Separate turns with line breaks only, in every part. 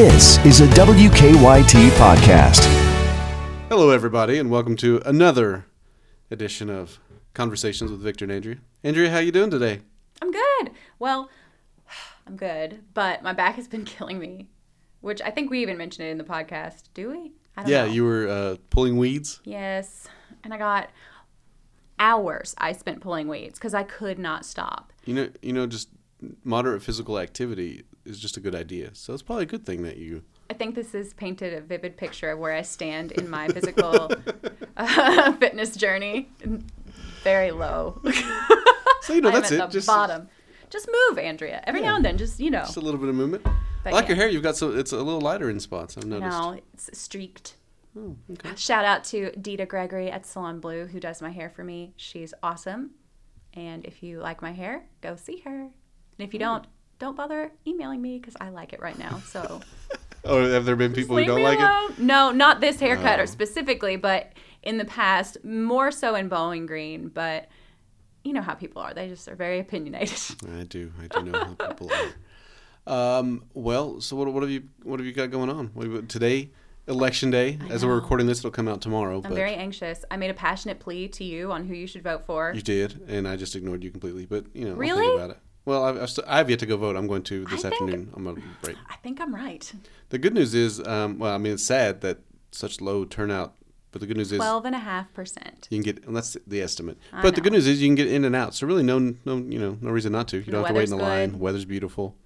This is a WKYT podcast.
Hello, everybody, and welcome to another edition of Conversations with Victor and Andrea. Andrea, how you doing today?
I'm good. Well, I'm good, but my back has been killing me, which I think we even mentioned it in the podcast. Do we? I don't
Yeah,
know.
you were uh, pulling weeds.
Yes. And I got hours I spent pulling weights because I could not stop.
You know, you know, just moderate physical activity is just a good idea. So it's probably a good thing that you.
I think this has painted a vivid picture of where I stand in my physical uh, fitness journey. Very low.
So you know, that's
I'm
it.
at the
just,
bottom. Just move, Andrea. Every now and then, just you know.
just a little bit of movement. I
But
like
yeah.
your hair. You've got so it's a little lighter in spots. I've noticed.
No, it's streaked.
Oh,
Shout out to Dita Gregory at Salon Blue who does my hair for me. She's awesome. And if you like my hair, go see her. And if you don't, don't bother emailing me because I like it right now. So
Or Oh, have there been people who
leave
don't
me
like it?
alone. No, not this haircut or specifically, but in the past, more so in Bowling Green. But you know how people are; they just are very opinionated.
I do. I do know how people are. Um, well, so what, what have you what have you got going on? What, have- today, election day. As we're recording this, it'll come out tomorrow.
I'm very anxious. I made a passionate plea to you on who you should vote for.
You did, and I just ignored you completely. But you know, I'll
Really?
think about it. Well, I've, I've st- I have yet to go vote. I'm going to this
I think-
afternoon. I'm gonna break.
I think I'm right.
The good news is, um, well, I mean, it's sad that such low turnout. But the good news is,
Twelve and a half percent.
you can get. And that's the estimate. but the good news is, you can get in and out. So really, no, no, you know, no reason not to. You don't have to wait in the
weather's
line.
good.
Weather's beautiful.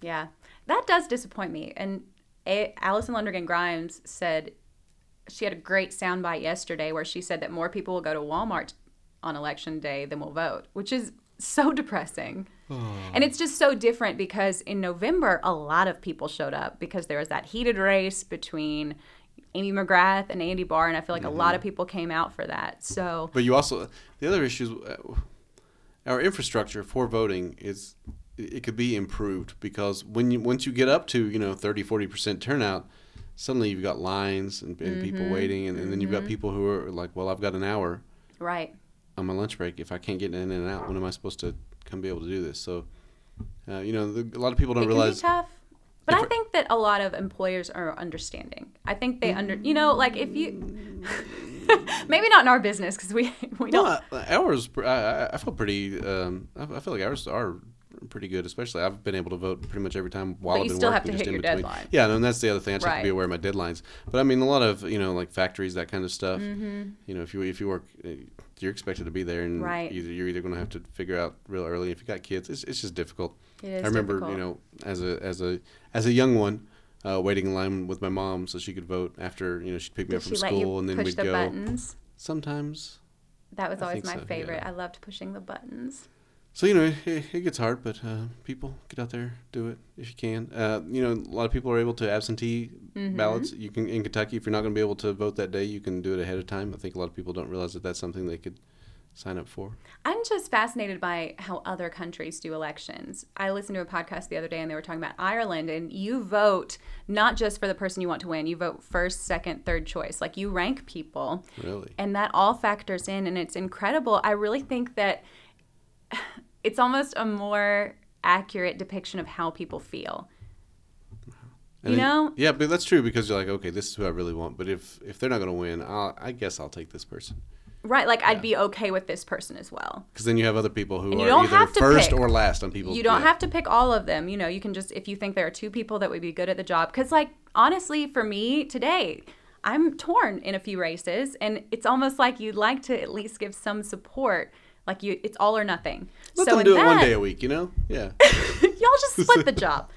Yeah, that does disappoint me. And a- Allison Lundergan Grimes said she had a great soundbite yesterday where she said that more people will go to Walmart on election day than will vote, which is so depressing. And it's just so different because in November, a lot of people showed up because there was that heated race between Amy McGrath and Andy Barr, and I feel like a lot of people came out for that. So
But you also the other issues. uh, Our infrastructure for voting is it could be improved because when you once you get up to you know 30 40 percent turnout suddenly you've got lines and, and
Mm-hmm.
people waiting and, and then you've got people who are like well i've got an hour
right,
on my lunch break if i can't get in and out when am i supposed to come be able to do this so uh, you know the, a lot of people don't
it
realize
can be tough. But I think that a lot of employers are understanding. I think they under, you know, like if you, maybe not in our business because we we don't.
No, I- ours. I- uh, I, I feel pretty. Um, I, I feel like ours are pretty good. Especially, I've been able to vote pretty much every time while
But
I've
you
been
still have
working.
to
just
hit
in
your
between.
deadline.
Yeah, no, and that's the other thing. I just have to be
Right.
aware of my deadlines. But I mean, a lot of you know, like factories, that kind of stuff. You know, if you if you work, uh, you're expected to be there, and
Mm-hmm. Right.
either you're either going to have to figure out real early. If you got kids, it's it's just difficult.
It is
I remember, you
difficult.
know, as a as a as a young one. Uh, waiting in line with my mom so she could vote after you know she'd pick me
Did
up from
she let
school
you
and then
push
we'd
the
go
buttons?
sometimes
That was
I
always
think
my
so, yeah.
favorite. I loved pushing the buttons.
So you know it- it, it gets hard, but uh, people get out there, do it if you can. Uh, you know, a lot of people are able to absentee
Mm-hmm.
ballots. You can in Kentucky if you're not going to be able to vote that day, you can do it ahead of time. I think a lot of people don't realize that that's something they could sign up for.
I'm just fascinated by how other countries do elections. I listened to a podcast the other day and they were talking about Ireland and you vote not just for the person you want to win, you vote first, second, third choice. Like you rank people.
Really,
and that all factors in and it's incredible i really think that it's almost a more accurate depiction of how people feel
And
You
it-
know-
yeah, but that's true because you're like, okay, this is who I really want. But if if they're not going to win, I'll, I guess I'll take this person
right like i'd be okay with this person as well
because then you have other people who
And you
are
don't
either
have to
first
pick.
or last on people.
you don't
yeah.
have to pick all of them you know you can just if you think there are two people that would be good at the job because like honestly for me today i'm torn in a few races and it's almost like you'd like to at least give some support like you it's all or nothing
Let
so
them
in
do it
that,
one day a week, you know? Yeah.
y'all just split the job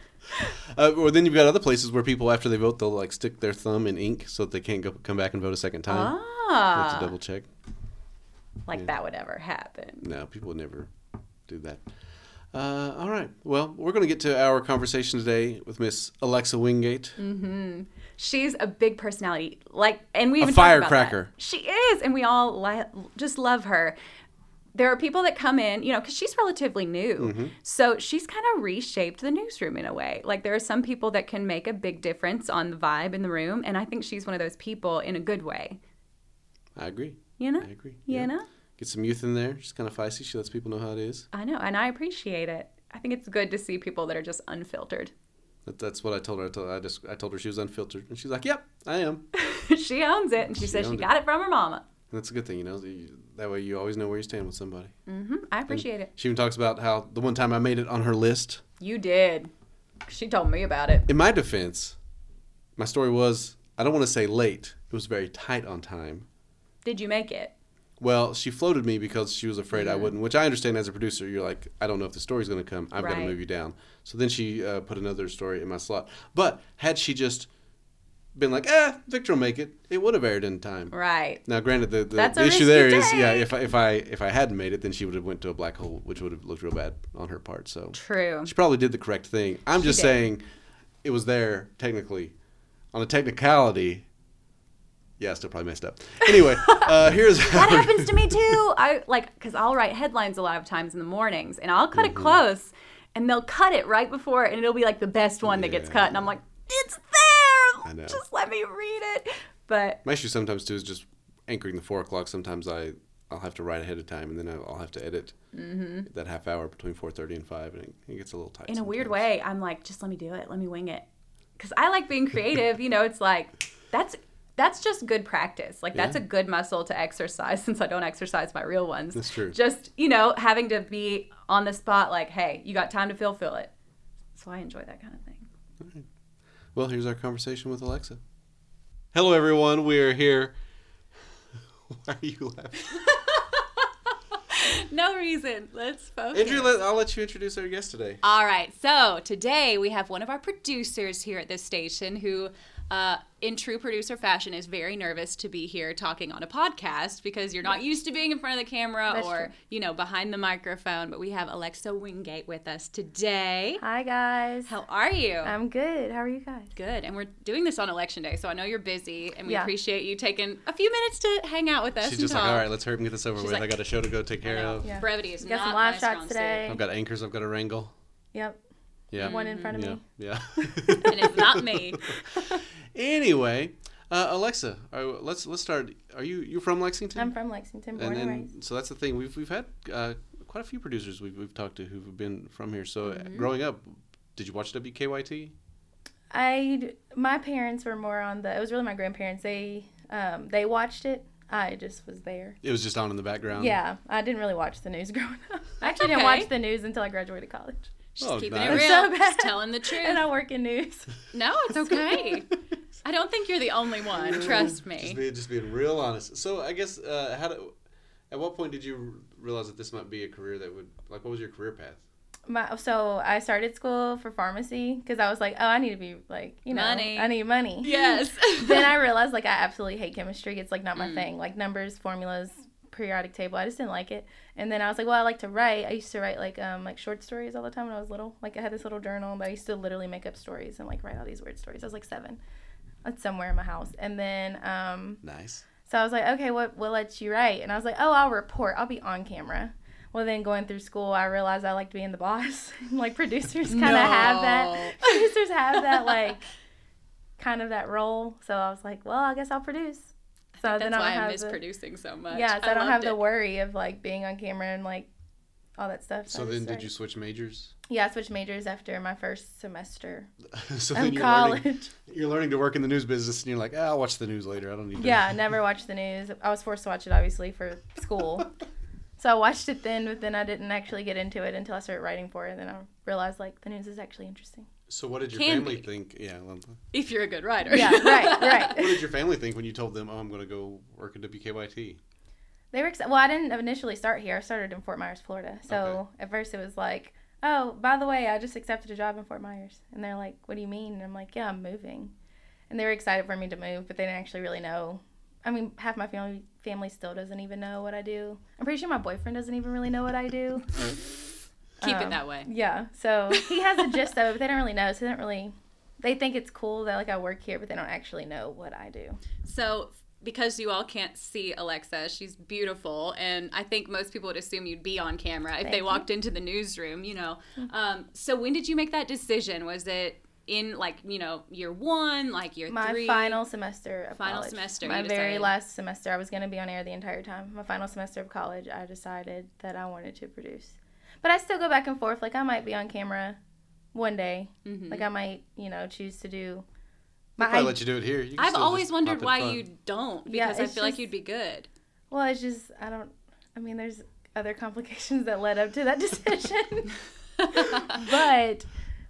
Uh, or then you've got other places where people, after they vote, they'll like stick their thumb in ink so that they can't go, come back and vote a second time. You have
ah
to double check.
like that would ever happen
No, people would never do that. Uh, all right. Well, we're going to get to our conversation today with Miss Alexa Wingate.
Mm. She's a big personality, like, and we even talked about that.
firecracker.
She is, and we all li- just love her. There are people that come in, you know, because she's relatively new,
Mm-hmm.
so she's kind of reshaped the newsroom in a way. Like there are some people that can make a big difference on the vibe in the room, and I think she's one of those people in a good way.
I agree.
You know,
I agree.
you know,
Get some youth in there. She's kind of feisty. She lets people know how it is.
I know, and I appreciate it. I think it's good to see people that are just unfiltered.
That, that's what I told her. I told I just I told her she was unfiltered, and she's like, "Yep, I am."
she owns it, and she,
She
says she
owned it.
got it from her mama.
And that's a good thing, you know. You- That way you always know where you stand with somebody.
hmm I appreciate it.
She even talks about how the one time I made it on her list.
You did. She told me about it.
In my defense, my story was I don't want to say late. It was very tight on time.
Did you make it?
Well, she floated me because she was afraid I wouldn't, which I understand as a producer. You're like, I don't know if the story's going to come. I've got to
Right.
move you down. So then she uh, put another story in my slot. But had she just been like, eh, Victor will make it, it would have aired in time.
Right.
Now, granted, the, the,
That's a
the issue
risk you
there is,
take.
yeah, if I, if I if I hadn't made it, then she would have went to a black hole, which would have looked real bad on her part. So
True.
she probably did the correct thing. I'm just
did.
saying, it was there technically, on a technicality. Yeah, I still probably messed up. Anyway, uh, here's
That happens to me too. I like because I'll write headlines a lot of times in the mornings, and I'll cut
Mm-hmm.
it close, and they'll cut it right before, and it'll be like the best one that gets
Yeah.
cut, and I'm like, it's there.
I know.
Just let me read it. But
My issue sometimes too is just anchoring the four o'clock. Sometimes I I'll have to write ahead of time, and then I'll I'll have to edit that half hour between four thirty and five, and it, it gets a little tight.
Mm-hmm. in a weird
sometimes.
way, I'm like, just let me do it. Let me wing it. Because I like being creative. you know, it's like that's that's just good practice. Like that's a
Yeah.
good muscle to exercise since I don't exercise my real ones.
That's true.
Just you know, having to be on the spot. Like, hey, you got time to fulfill it. So I enjoy that kind of thing.
Well, here's our conversation with Alexa. Hello, everyone. We are here. Why are you laughing,
No reason. Let's focus.
Andrew? Let, I'll let you introduce our guest today.
All right. So today we have one of our producers here at this station who, uh, in true producer fashion, is very nervous to be here talking on a podcast because you're not used to being in front of the camera
That's
or
true.
you know behind the microphone. But we have Alexa Wingate with us today.
Hi guys.
How are you?
I'm good. How are you guys?
Good. And we're doing this on election day, so I know you're busy, and we
Yeah.
appreciate you taking a few minutes to hang out with us.
She's
and
just
talk.
like, all right, let's hurry up and get this over with.
like-
I got a show to go take care of.
Yeah.
Brevity is
Got
not
some
my
live shots
strong suit. Mm-hmm.
today.
I've got anchors. I've got to wrangle.
Yep.
Yeah.
One in front of
yeah.
me.
Yeah.
and it's not me.
Oh, anyway, uh, Alexa, all right, let's let's start. Are you you from Lexington?
I'm from Lexington, born
and
and,
then
raised.
so that's the thing we've we've had uh, quite a few producers we've, we've talked to who've been from here so uh, growing up did you watch wkyt
I my parents were more on the. It was really my grandparents. They um they watched it. I just was there.
it was just on in the background
yeah, I didn't really watch the news growing up. I actually didn't
okay.
watch the news until I graduated college,
She's
Oh,
keeping
nice.
it real.
So bad.
She's telling the truth.
and I work in news.
No, it's okay. I don't think you're the only one. Trust
just
me.
being just being real honest so i guess uh, how do at what point did you r- realize that this might be a career that would like what was your career path
My, so I started school for pharmacy because I was like, oh, I need to be like, you know,
Money.
I need money.
Yes.
then I realized like I absolutely hate chemistry. It's like not my thing. Like numbers, formulas, periodic table. I just didn't like it. And then I was like, well, I like to write. I used to write like um like short stories all the time when I was little. Like I had this little journal that I used to literally make up stories and like write all these weird stories. I was like seven. It's somewhere in my house. And then um
nice
so I was like, okay, what what lets you write? And I was like, oh, I'll report. I'll be on camera. Well, then going through school, I realized I liked being the boss. like producers kind of have that.
No.
Producers have that like kind of that role. So I was like, well, I guess I'll produce. So
That's why
have
I'm
the-
misproducing so much.
Yeah, so I, don't
loved
have the
it.
worry of like being on camera and like all that stuff.
so
I
then
just
did you
started-
switch majors
Yeah, I switched majors after my first semester
so
of
you're
college.
learning you're learning to work in the news business and you're like ah, i'll watch the news later i don't need to
Yeah, I never watched the news. I was forced to watch it obviously for school. so I watched it then, but then I didn't actually get into it until I started writing for it and then I realized like the news is actually interesting.
so what did your
Can
family
be.
think yeah well,
If you're a good writer.
Yeah, right, right.
what did your family think when you told them oh i'm going to go work at wkyt
They were excited. Well, I didn't initially start here. I started in Fort Myers, Florida. So
Okay.
at first it was like, oh, by the way, I just accepted a job in Fort Myers. And they're like, what do you mean? And I'm like, yeah, I'm moving. And they were excited for me to move, but they didn't actually really know. I mean, half my family family still doesn't even know what I do. I'm pretty sure my boyfriend doesn't even really know what I do.
Keep it
Um,
that way.
Yeah. So he has a gist of it, but they don't really know. So they don't really. They think it's cool that like I work here, but they don't actually know what I do.
So because you all can't see Alexa, she's beautiful, and I think most people would assume you'd be on camera if they
you. Mm-hmm.
walked into the newsroom, you know. Um, so when did you make that decision? Was it in like you know year one, like year
My
three?
final semester of
Final
college,
semester,
my
you
very
decided.
last semester, I was going to be on air the entire time. My final semester of college, I decided that I wanted to produce, but I still go back and forth. Like I might be on camera one day.
Mm-hmm.
Like I might, you know, choose to do.
I'll
My
probably
I,
let you do it here. You can
I've
still
always
just pop
wondered
in
why
front.
you don't
Yeah,
because I
it's
feel like
just-
you'd be good.
well, it's just I don't. I mean, there's other complications that led up to that decision.
Oh,
but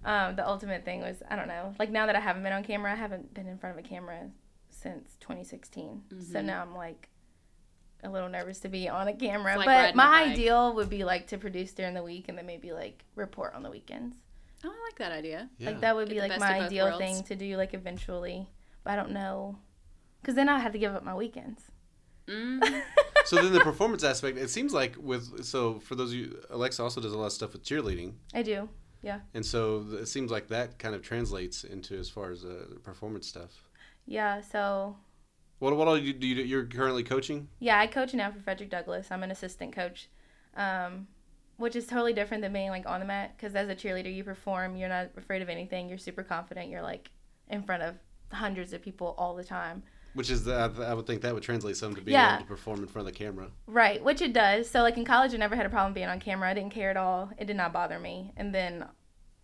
um, the ultimate thing was I don't know. Like now that I haven't been on camera, I haven't been in front of a camera since 2016. So
Mm-hmm.
now I'm like a little nervous to be on a camera.
It's like
but
riding a
my
bike.
ideal would be like to produce during the week and then maybe like report on the weekends.
Oh, I like that idea.
Yeah.
Like that would
Get
be
the
like
best of
my
both
ideal
worlds.
thing to do like eventually. But I don't know. Cuz then I have to give up my weekends. Mm-hmm.
so then the performance aspect. It seems like with so for those of you, Alexa also does a lot of stuff with cheerleading,
I do. Yeah.
and so th- it seems like that kind of translates into as far as uh, performance stuff.
Yeah, so
What what all you do? You, do- you're currently coaching.
yeah, I coach now for Frederick Douglass. I'm an assistant coach. Um which is totally different than being like on the mat because as a cheerleader you perform you're not afraid of anything you're super confident you're like in front of hundreds of people all the time
Which is the, I I would think that would translate some to being
Yeah.
able to perform in front of the camera.
Right, which it does. So like in college, I never had a problem being on camera. I didn't care at all. It did not bother me. And then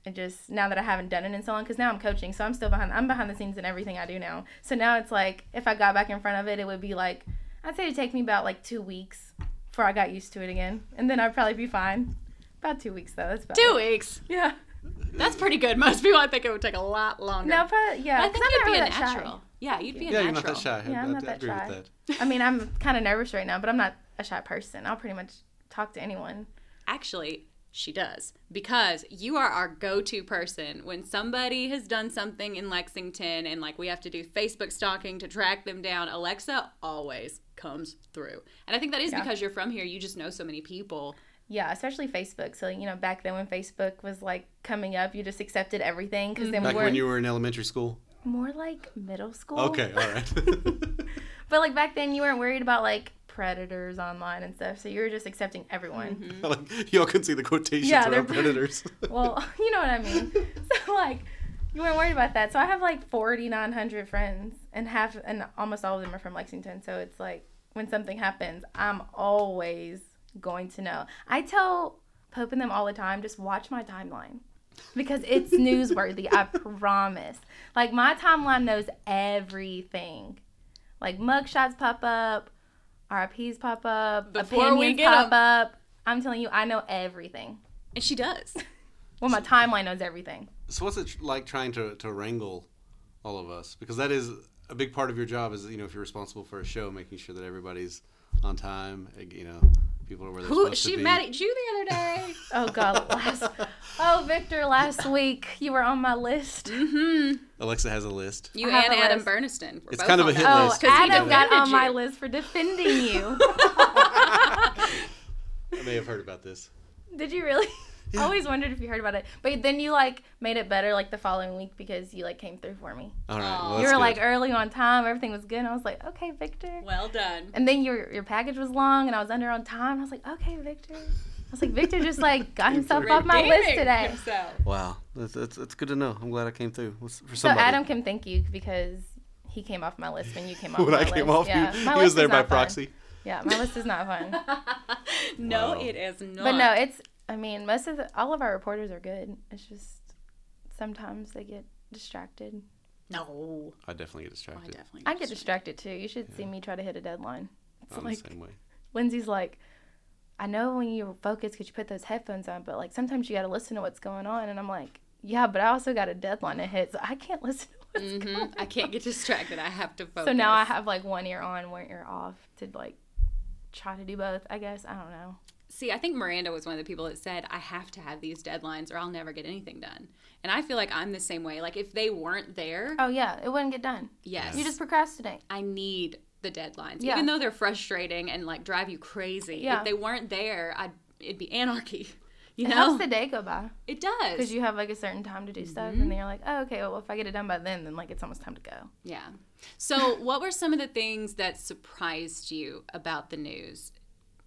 it just now that I haven't done it in so long, because now I'm coaching, so I'm still behind. I'm behind the scenes in everything I do now. So now it's like if I got back in front of it, it would be like I'd say it'd take me about like two weeks before I got used to it again, and then I'd probably be fine. About two weeks though. That's about
Two
it.
weeks.
Yeah.
That's pretty good. Most people, I think it would take a lot longer.
No, probably yeah.
I
'cause
think
I'm
you'd
not
be
really
a
that shy.
natural. Yeah, you'd be
yeah,
a natural.
you're not that shy. I-
Yeah, I'm
I,
not
I
that
agree
shy.
with that.
I mean, I'm kind of nervous right now, but I'm not a shy person. I'll pretty much talk to anyone.
Actually, she does because you are our go-to person when somebody has done something in Lexington and like we have to do Facebook stalking to track them down. Alexa always comes through, and I think that is because you're from here. You just know so many people.
Yeah, especially Facebook. So you know, back then when Facebook was like coming up, you just accepted everything because then
Mm. Back
we were
when you were in elementary school.
more like middle school.
Okay, all right.
Mm-hmm. but like back then you weren't worried about like predators online and stuff. So you were just accepting everyone.
like, y'all can see the quotations
Yeah,
around
they're-
predators.
Well, you know what I mean. so like, you weren't worried about that. So I have like forty nine hundred friends, and half and almost all of them are from Lexington. So it's like when something happens, I'm always going to know. I tell Pope and them all the time, just watch my timeline. Because it's newsworthy, I promise. Like my timeline knows everything. Like mugshots pop up, RIPs pop up,
Before we
opinions
get
pop
'em.
up. I'm telling you, I know everything.
And she does.
Well, my timeline knows everything.
so what's it tr- like trying to, to wrangle all of us because that is a big part of your job is you know if you're responsible for a show making sure that everybody's on time eh, you know people are where they're
Who,
supposed
she
to be
mad at you the other day.
Oh God, last. Oh Victor, last week you were on my list.
alexa has a list
You
I have
and
a
Adam
list.
Berniston. were
It's
both
kind of
on
a hit
that
Oh,
list. 'cause he
Adam got
defended
on my
you.
list for defending you.
i may have heard about this
Did you really? I always wondered if you heard about it, but then you like made it better like the following week because you like came through for me.
all right well,
you
that's
were
good.
like early on time, everything was good. And I was like, okay, Victor.
Well done.
And then your your package was long, and I was under on time. I was like, okay, Victor. I was like, Victor just like got himself off my list
Redeeming
today.
himself.
wow that's, that's, that's good to know i'm glad i came through What's- for
So
somebody
Adam can thank you because he came off my list when you came off.
when
my
i came
list.
off
yeah.
you
My
he was
list
there
is
by
not fun.
proxy
Yeah, my list is not fun.
No,
Wow.
it is not.
But no, it's. I mean, most of the, all of our reporters are good. It's just sometimes they get distracted.
no.
i definitely get distracted
I definitely.
I get distracted too. You should see me try to hit a deadline. It's
i'm
like
the same way
Lindsay's like, I know when you're focused because you put those headphones on, but like sometimes you got to listen to what's going on. And I'm like, yeah, but I also got a deadline to hit, so I can't listen. to what's
Mm-hmm.
going on.
Mhm. I can't get distracted. I have to focus.
So now I have like one ear on, one ear off to like try to do both. I guess I don't know.
see. I think Miranda was one of the people that said I have to have these deadlines or I'll never get anything done. And I feel like I'm the same way. Like if they weren't there,
Oh yeah, it wouldn't get done.
yes,
You just procrastinate.
I need the deadlines,
Yeah.
even though they're frustrating and like drive you crazy.
Yeah.
If they weren't there, I'd it'd be anarchy. You
It
know,
helps the day go by.
it does.
because you have like a certain time to do stuff, and then you're like, oh, okay, well, if I get it done by then, then like it's almost time to go.
Yeah. So, what were some of the things that surprised you about the news?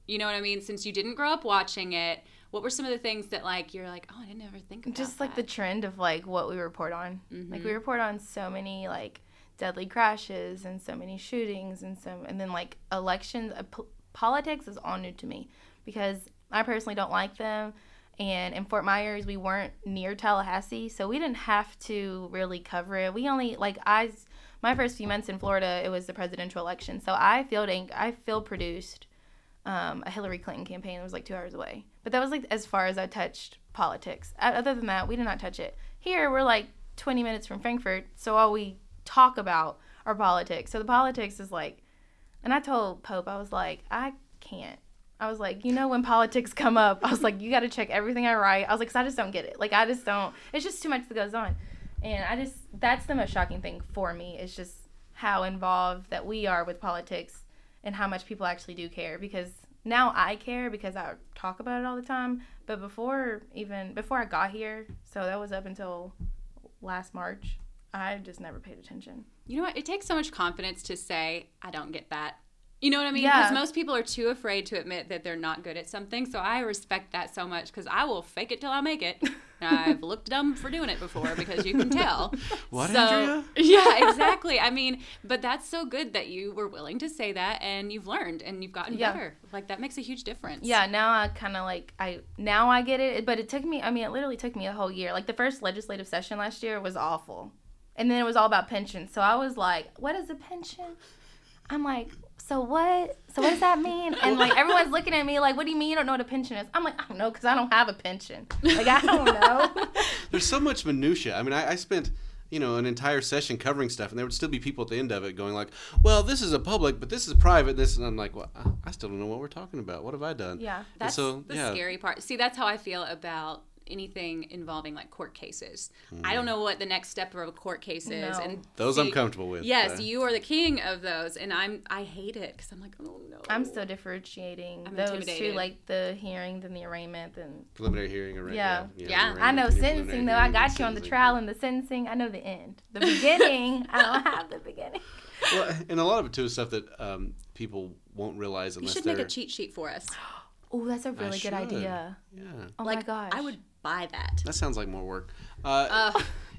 You know what I mean? Since you didn't grow up watching it, what were some of the things that like you're like, oh, I didn't ever think about
Just like the
that." Mm-hmm.
trend of like what we report on. Like we report on so many like deadly crashes and so many shootings and so and then like elections, uh, po- politics is all new to me because I personally don't like them, And in Fort Myers, we weren't near Tallahassee, so we didn't have to really cover it. We only like I, my first few months in Florida, it was the presidential election, so I field anc- I field produced um, a Hillary Clinton campaign that was like two hours away. But that was like as far as I touched politics. O- Other than that, we did not touch it. Here, we're like 20 minutes from Frankfurt, so all we talk about are politics. So the politics is like, and I told Pope, I was like, I can't. I was like, you know, when politics come up, I was like, you got to check everything I write. I was like, 'cause I just don't get it. Like, I just don't, it's just too much that goes on. And I just, that's the most shocking thing for me is just how involved that we are with politics and how much people actually do care because now I care because I talk about it all the time. But before even before I got here, so that was up until last March, I just never paid attention.
You know what? It takes so much confidence to say, I don't get that. You know what I mean?
Yeah.
Because most people are too afraid to admit that they're not good at something. So I respect that so much because I will fake it till I make it. And I've looked dumb for doing it before because you can tell.
What,
So-
Andrea?
Yeah, exactly. I mean, but that's so good that you were willing to say that and you've learned and you've gotten
Yeah.
better. Like that makes a huge difference.
Yeah, now I kind of like I now I get it, but it took me. I mean, it literally took me a whole year. Like the first legislative session last year was awful, and then it was all about pensions. So I was like, "What is a pension?" I'm like, "So what? So what does that mean?" And like everyone's looking at me like, "What do you mean you don't know what a pension is?" I'm like, "I don't know because I don't have a pension. Like I don't know."
There's so much minutia. I mean, I, I spent you know an entire session covering stuff, and there would still be people at the end of it going like, "Well, this is a public, but this is private." This, and I'm like, "Well, I- I still don't know what we're talking about. What have I done?"
Yeah,
And
That's
so
the
yeah,
scary part. See, that's how I feel about anything involving like court cases. I
Hmm.
don't know what the next step of a court case is,
No.
and
those I'm
see-
comfortable with.
Yes,
uh,
you are the king of those, and I'm. I hate it because I'm like, oh no.
I'm still differentiating
I'm
those two,
intimidated.
like the hearing and the arraignment, and
preliminary hearing. Or,
Yeah.
Yeah.
I know sentencing though. I got you on the trial
And-
and the sentencing. I know the end. The beginning, I don't have the beginning.
well, and a lot of it too is stuff that um, people won't realize
You
unless
should
they're
make a cheat sheet for us.
Oh, that's a really
should.
good idea.
yeah.
Oh my
Like,
gosh.
I would buy that.
That sounds like more work. Uh,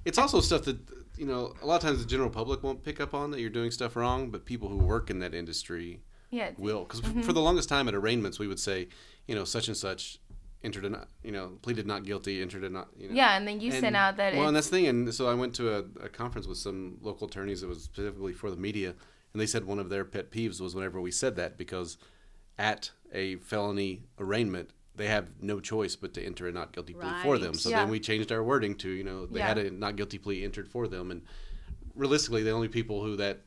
it's also stuff that you know a lot of times the general public won't pick up on that you're doing stuff wrong, but people who work in that industry
Yeah. it's-
will. Because for the longest time at arraignments, we would say, you know, such and such entered a not, you know pleaded not guilty, entered a not. You know.
Yeah, and then you sent out that.
Well, and
it's-
that's the thing. And so I went to a, a conference with some local attorneys that was specifically for the media, and they said one of their pet peeves was whenever we said that because at a felony arraignment they have no choice but to enter a not guilty plea for
Right.
them. So
Yeah.
then we changed our wording to you know they
Yeah.
had a not guilty plea entered for them, and realistically the only people who that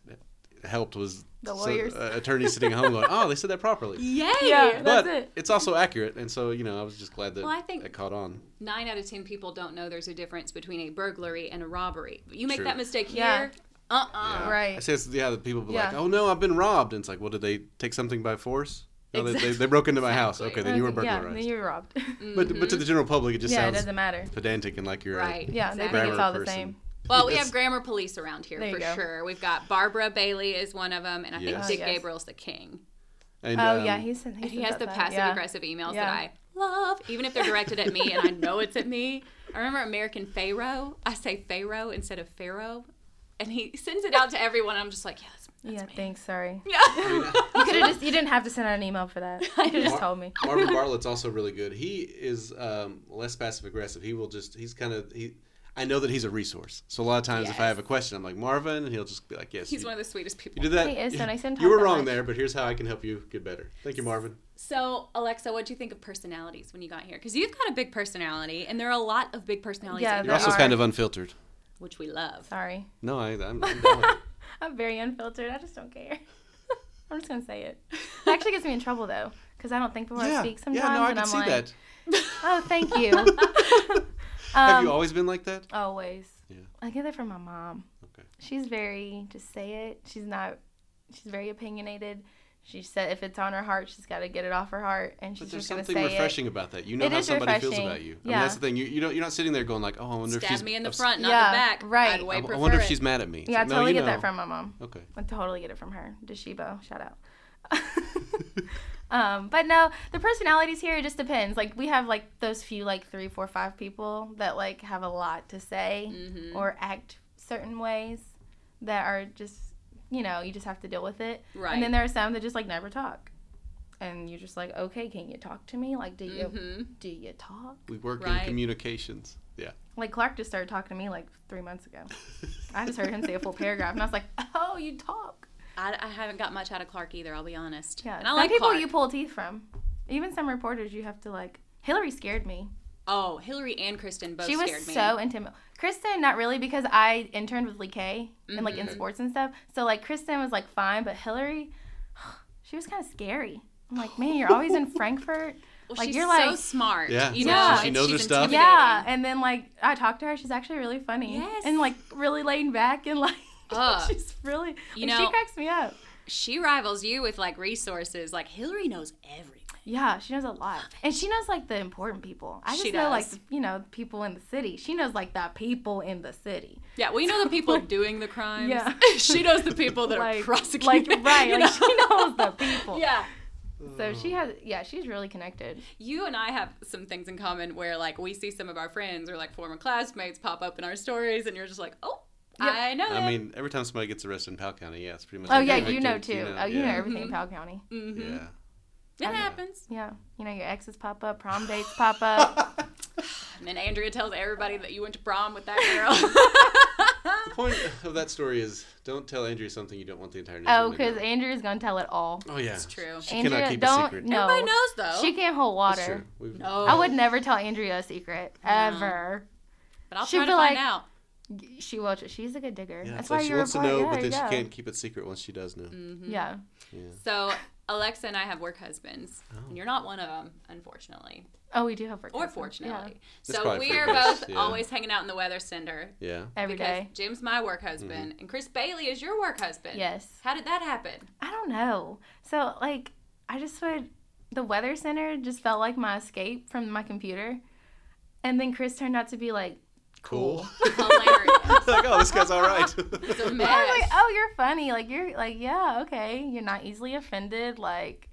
helped was
The
so-
lawyers.
uh, attorneys sitting at home going, oh they said that properly.
Yay!
Yeah.
But
That's it.
it's also accurate, and so you know I was just glad that
Well, I think-
that caught on.
Nine out of ten people don't know there's a difference between a burglary and a robbery. You make
True.
that mistake here.
Yeah.
Uh uh
Yeah.
Right.
I say it's, yeah, the people be like,
Yeah.
oh no, I've been robbed. And it's like, well, did they take something by force? No, they- they, they,
Exactly.
broke into my house.
Exactly.
Okay, then you were
yeah,
burglarized.
then you were robbed.
Mm.
but, but to the general public, it just
yeah, it
sounds
doesn't matter.
pedantic and like you're
Right.
a
Yeah,
Exactly.
they think
grammar
it's all the
person.
same.
Well, we
Yes.
have grammar police around here
There you
for
go.
sure. We've got Barbara Bailey is one of them, and I
Yes.
think
Oh,
Dick
yes.
Gabriel's the king.
And,
Oh
um,
yeah, he sent. He,
And he
sent
has
out
the
that,
passive
yeah.
aggressive emails
Yeah.
that I love, even if they're directed at me and I know it's at me. I remember American Pharaoh. I say Pharaoh instead of Pharaoh, and he sends it out to everyone. I'm just like, yes.
Yeah, thanks. Sorry.
Yeah.
You could have just. You didn't have to send out an email for that. You could have just told me.
Marvin Bartlett's also really good. He is um, less passive aggressive. He will just he's kind of he. I know that he's a resource. So a lot of times, if I have a question, I'm like Marvin, and he'll just be like, yes.
He's
you,
one of the sweetest people.
you did that.
He is so nice and
You were
taught that
wrong
much.
there, but here's how I can help you get better. Thank you, Marvin.
So, Alexa, what do you think of personalities when you got here? Because you've got a big personality, and there are a lot of big personalities,
Yeah,
out
You're
there
there,
also
are-
kind of unfiltered.
which we love.
Sorry.
No, I, I'm. I'm down with it.
I'm very unfiltered. I just don't care. I'm just gonna say it. It actually gets me in trouble though, because I don't think before I speak sometimes,
Yeah, no, I
and
can
I'm
see
like,
that.
oh, thank you.
Have
um,
you always been like that?
Always.
Yeah.
I get that from my mom.
Okay.
She's very just say it. She's not. She's very opinionated. She said if it's on her heart, she's got to get it off her heart, and she's
But there's
just gonna
something
say
refreshing about that. You know
It
how
is
somebody feels
refreshing.
about you. I mean,
Yeah.
that's the thing. You, you don't, you're not sitting there going like, oh, I wonder if
Stab
she's
me in the
ups-
front, not
Yeah,
the back.
right.
I'd way
I, I
prefer
wonder if
it.
she's mad at me. It's
it. Yeah, I
like, no,
totally
you
get that
know.
from my mom.
Okay.
I totally get it from her. Dashibo, shout out. um, but no, the personalities here it just depends. Like we have like those few like three, four, five people that like have a lot to say or act certain ways that are just you know you just have to deal with it. And
Right.
then there are some that just like never talk. and you're just like, okay, can you talk to me? Like, do you do you talk?
We work
Right.
in communications. Yeah.
Like Clark just started talking to me like three months ago. I just heard him say a full paragraph, and I was like, oh, you talk.
I, I haven't got much out of Clark either. I'll be honest.
Yeah,
and I
some
like
people
Clark.
you pull teeth from. Even some reporters, you have to like. Hillary scared me.
oh, Hillary and Kristen both
she was
Oh, scared me.
so intimate. Kristen, not really, because I interned with Lee Kay and like in
Mm-hmm.
sports and stuff. So like Kristen was like fine, but Hillary, she was kind of scary. I'm like, man, you're always in Frankfurt.
well,
like
she's
you're
so
like,
smart.
Yeah,
you
so
know,
she
and
knows
she's
her stuff.
intimidating.
yeah. And then like I talked to her, she's actually really funny.
Yes.
And like really laid back and like
Ugh.
she's really,
You
like,
know-
she cracks me up.
she rivals you with like resources. Like Hillary knows everything.
Yeah, she knows a lot, and she knows like the important people. I just
She
know like
does.
you know people in the city. She knows like the people in the city.
Yeah, we know the people doing the crimes.
Yeah.
she knows the people that are
like
prosecuting.
like right
you
like she knows the people
Yeah.
so she has yeah she's really connected
You and I have some things in common where like we see some of our friends or like former classmates pop up in our stories and you're just like, "Oh, I know."
I
them.
mean, every time somebody gets arrested in Powell County, yeah, it's pretty much.
oh
like
yeah
every
you know too
victim,
oh you know
yeah,
everything
Mm-hmm.
in powell county
Yeah.
it happens.
yeah you know your exes pop up prom dates pop up
And then Andrea tells everybody that you went to prom with that
The point of that story is don't tell Andrea something you don't want the entire nation
oh
to know.
because andrea's gonna tell it all
Oh, yeah.
It's true.
She
andrea
cannot keep
don't
a secret.
no
girl. Everybody knows though.
she can't hold
It's
water
true. We've,
oh,
i would never tell andrea a secret ever
But I'll
she'd
try to
be
find
like-
out.
she will she's a good digger
Yeah,
that's
it's
why
like she
you're
wants to know, but then she
yeah.
can't keep it secret once she does know.
Mm. Mm-hmm.
yeah
So Alexa and I have work husbands,
Oh.
and you're not one of them, unfortunately,
oh we do have work
or
husbands.
fortunately.
That's
So
probably
we
for the
are
best,
both
yeah.
always hanging out in the weather center
Yeah.
yeah. every
because
day
Jim's my work husband,
Mm-hmm.
and Chris Bailey is your work husband.
yes
How did that happen?
I don't know. So like I just would the weather center just felt like my escape from my computer. And then Chris turned out to be like
Cool.
Hilarious.
like, oh, this guy's all right.
It's a
I was like,
mess.
Oh, you're funny. Like you're like, yeah, okay. You're not easily offended, like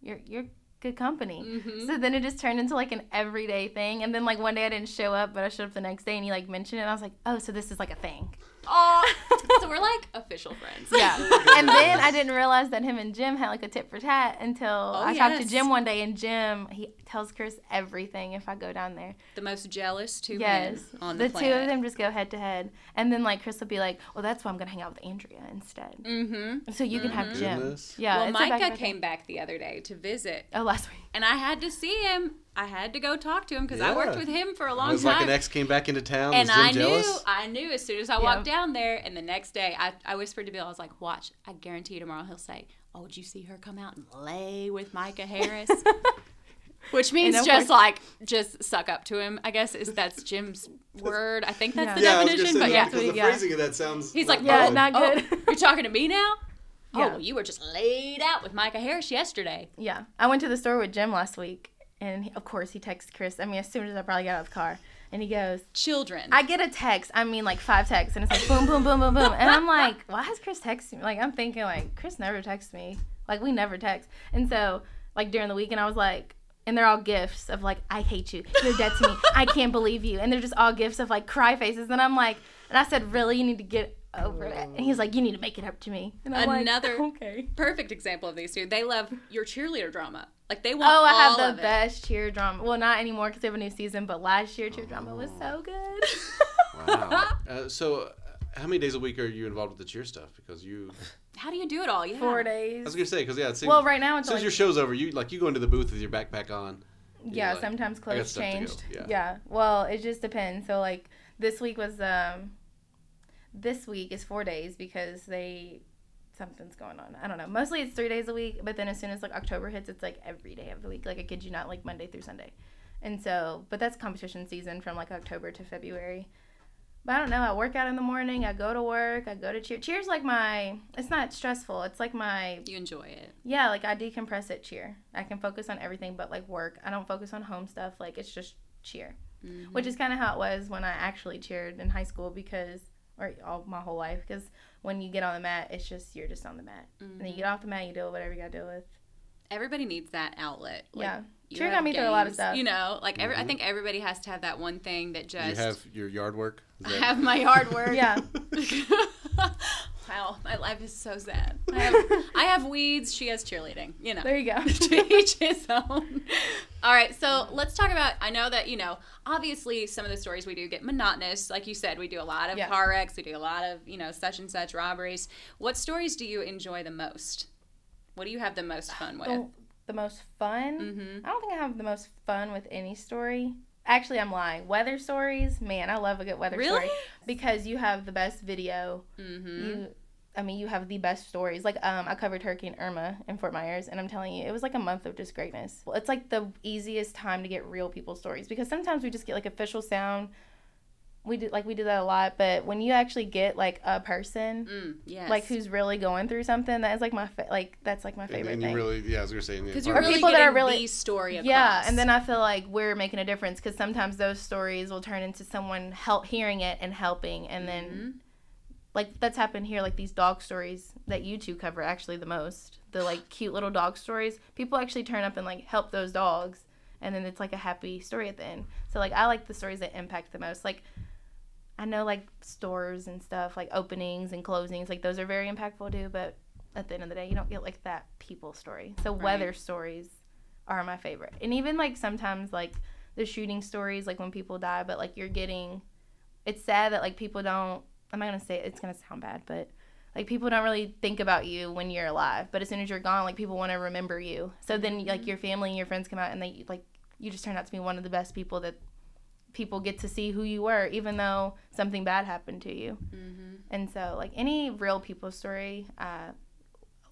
you're you're good company.
Mm-hmm.
So then it just turned into like an everyday thing. And then like one day I didn't show up, but I showed up the next day and he like mentioned it and I was like, Oh, so this is like a thing.
Aw. so we're like official friends.
Yeah. and then I didn't realize that him and Jim had like a tit for tat until I talked
Oh, yes.
to Jim one day, and Jim he tells Chris everything if I go down there.
The most jealous two
Yes,
men on the,
the, two
planet.
of them just go head to head, and then like Chris will be like, "Well, that's why I'm gonna hang out with Andrea instead." Mm-hmm. So you can have Jim.
Goodness.
Yeah.
Well,
it's a back and
Micah
forth
came back the other day to visit,
thing. Oh, last week.
and I had to see him. I had to go talk to him because I
Yeah.
worked with him for a long
It was
time.
like an ex came back into town.
and
was Jim
I knew,
jealous?
I knew as soon as I walked down there, and the next day, I, I whispered to Bill, I was like, "Watch, I guarantee you tomorrow he'll say, oh, did you see her come out and lay with Micah Harris?'" Which means
of
just
course-
like just suck up to him. I guess is that's Jim's word. I think that's the
Yeah, I was gonna
definition.
say
But
that,
yeah,
because the
yeah.
phrasing of that sounds.
He's like,
Yeah,
Oh,
not
oh,
good.
you're talking to me now?
Yeah.
Oh, you were just laid out with Micah Harris yesterday.
Yeah, I went to the store with Jim last week, and he, of course he texts Chris. I mean, as soon as I probably got out of the car, and he goes,
Children.
I get a text. I mean, like five texts, and it's like boom, boom, boom, boom, boom. And I'm like, why has Chris texted me? Like, I'm thinking, like, Chris never texts me. Like, we never text. And so, like, during the weekend, I was like, and they're all gifts of, like, I hate you. You're dead to me. I can't believe you. And they're just all gifts of, like, cry faces. And I'm like, and I said, really? You need to get over it. And he's like, you need to make it up to me. And I'm
Another
like, okay.
perfect example of these two. They love your cheerleader drama. Like they want
Oh, I have
all
the
of it.
best cheer drama. Well, not anymore because they have a new season, but last year, cheer drama was so good.
wow. Uh, so, uh, how many days a week are you involved with the cheer stuff? Because you,
How do you do it all? Yeah.
Four
I was
days.
gonna say, because yeah, it seems,
Well, right now
as
it's
soon
like
as your show's over, you like you go into the booth with your backpack on. and
yeah
you're like,
sometimes
"I got
clothes
stuff to go."
changed
Yeah.
yeah. well it just depends so like this week was um this week is four days because they something's going on i don't know mostly it's three days a week but then as soon as like october hits it's like every day of the week like i kid you not like monday through sunday and so but that's competition season from like october to february but i don't know i work out in the morning i go to work i go to cheer cheers like my it's not stressful it's like my
You enjoy it.
yeah, like I decompress at cheer. I can focus on everything but like work. I don't focus on home stuff. Like it's just cheer, which
Mm-hmm.
is kind of how it was when I actually cheered in high school because, or all my whole life, because when you get on the mat, it's just you're just on the mat. And then you get
Mm-hmm.
off the mat, you deal with whatever you got to deal with.
Everybody needs that outlet. Like,
Yeah.
you
Cheer
have
got me through a lot of
games,
stuff.
You know, like every, I think everybody has to have that one thing that
You
just
have your yard work. Is that-
have my hard work.
Yeah,
Wow, my life is so sad. I have, I have weeds. She has cheerleading. You know.
There you go.
to each his own. All right, so let's talk about. I know that you know, obviously, some of the stories we do get monotonous. Like you said, we do a lot of
Yeah.
car wrecks. We do a lot of you know such and such robberies. What stories do you enjoy the most? What do you have the most fun with?
the, Oh, the most fun.
Mm-hmm.
I don't think I have the most fun with any story. Actually, I'm lying. Weather stories, man, I love a good weather story
Really?
because you have the best video.
Mm-hmm.
You, I mean, you have the best stories. Like, um, I covered Hurricane Irma in Fort Myers, and I'm telling you, it was like a month of just greatness. Well, it's like the easiest time to get real people stories because sometimes we just get like official sound. We do like we do that a lot, but when you actually get like a person,
Mm, yes.
like who's really going through something, that is like my fa- like that's like my
And,
favorite
and
thing.
you really, yeah, I was gonna say, in the
Because you're
Or
really
environment.
people that are
getting the
really-
story across.
Yeah, and then I feel like we're making a difference because sometimes those stories will turn into someone help hearing it and helping, and
Mm-hmm.
then like that's happened here. Like these dog stories that you two cover actually the most, the like cute little dog stories. People actually turn up and like help those dogs, and then it's like a happy story at the end. So like I like the stories that impact the most. Like I know like stores and stuff, like openings and closings, like those are very impactful too, but at the end of the day, you don't get like that people story. So weather stories are my favorite. And even like sometimes like the shooting stories, like when people die, but like you're getting it's sad that like people don't I'm not gonna say it's gonna sound bad, but like people don't really think about you when you're alive. But as soon as you're gone, like people wanna remember you. So then like your family and your friends come out and they like you just turn out to be one of the best people that people get to see who you were, even though something bad happened to you. And so, like any real people story, I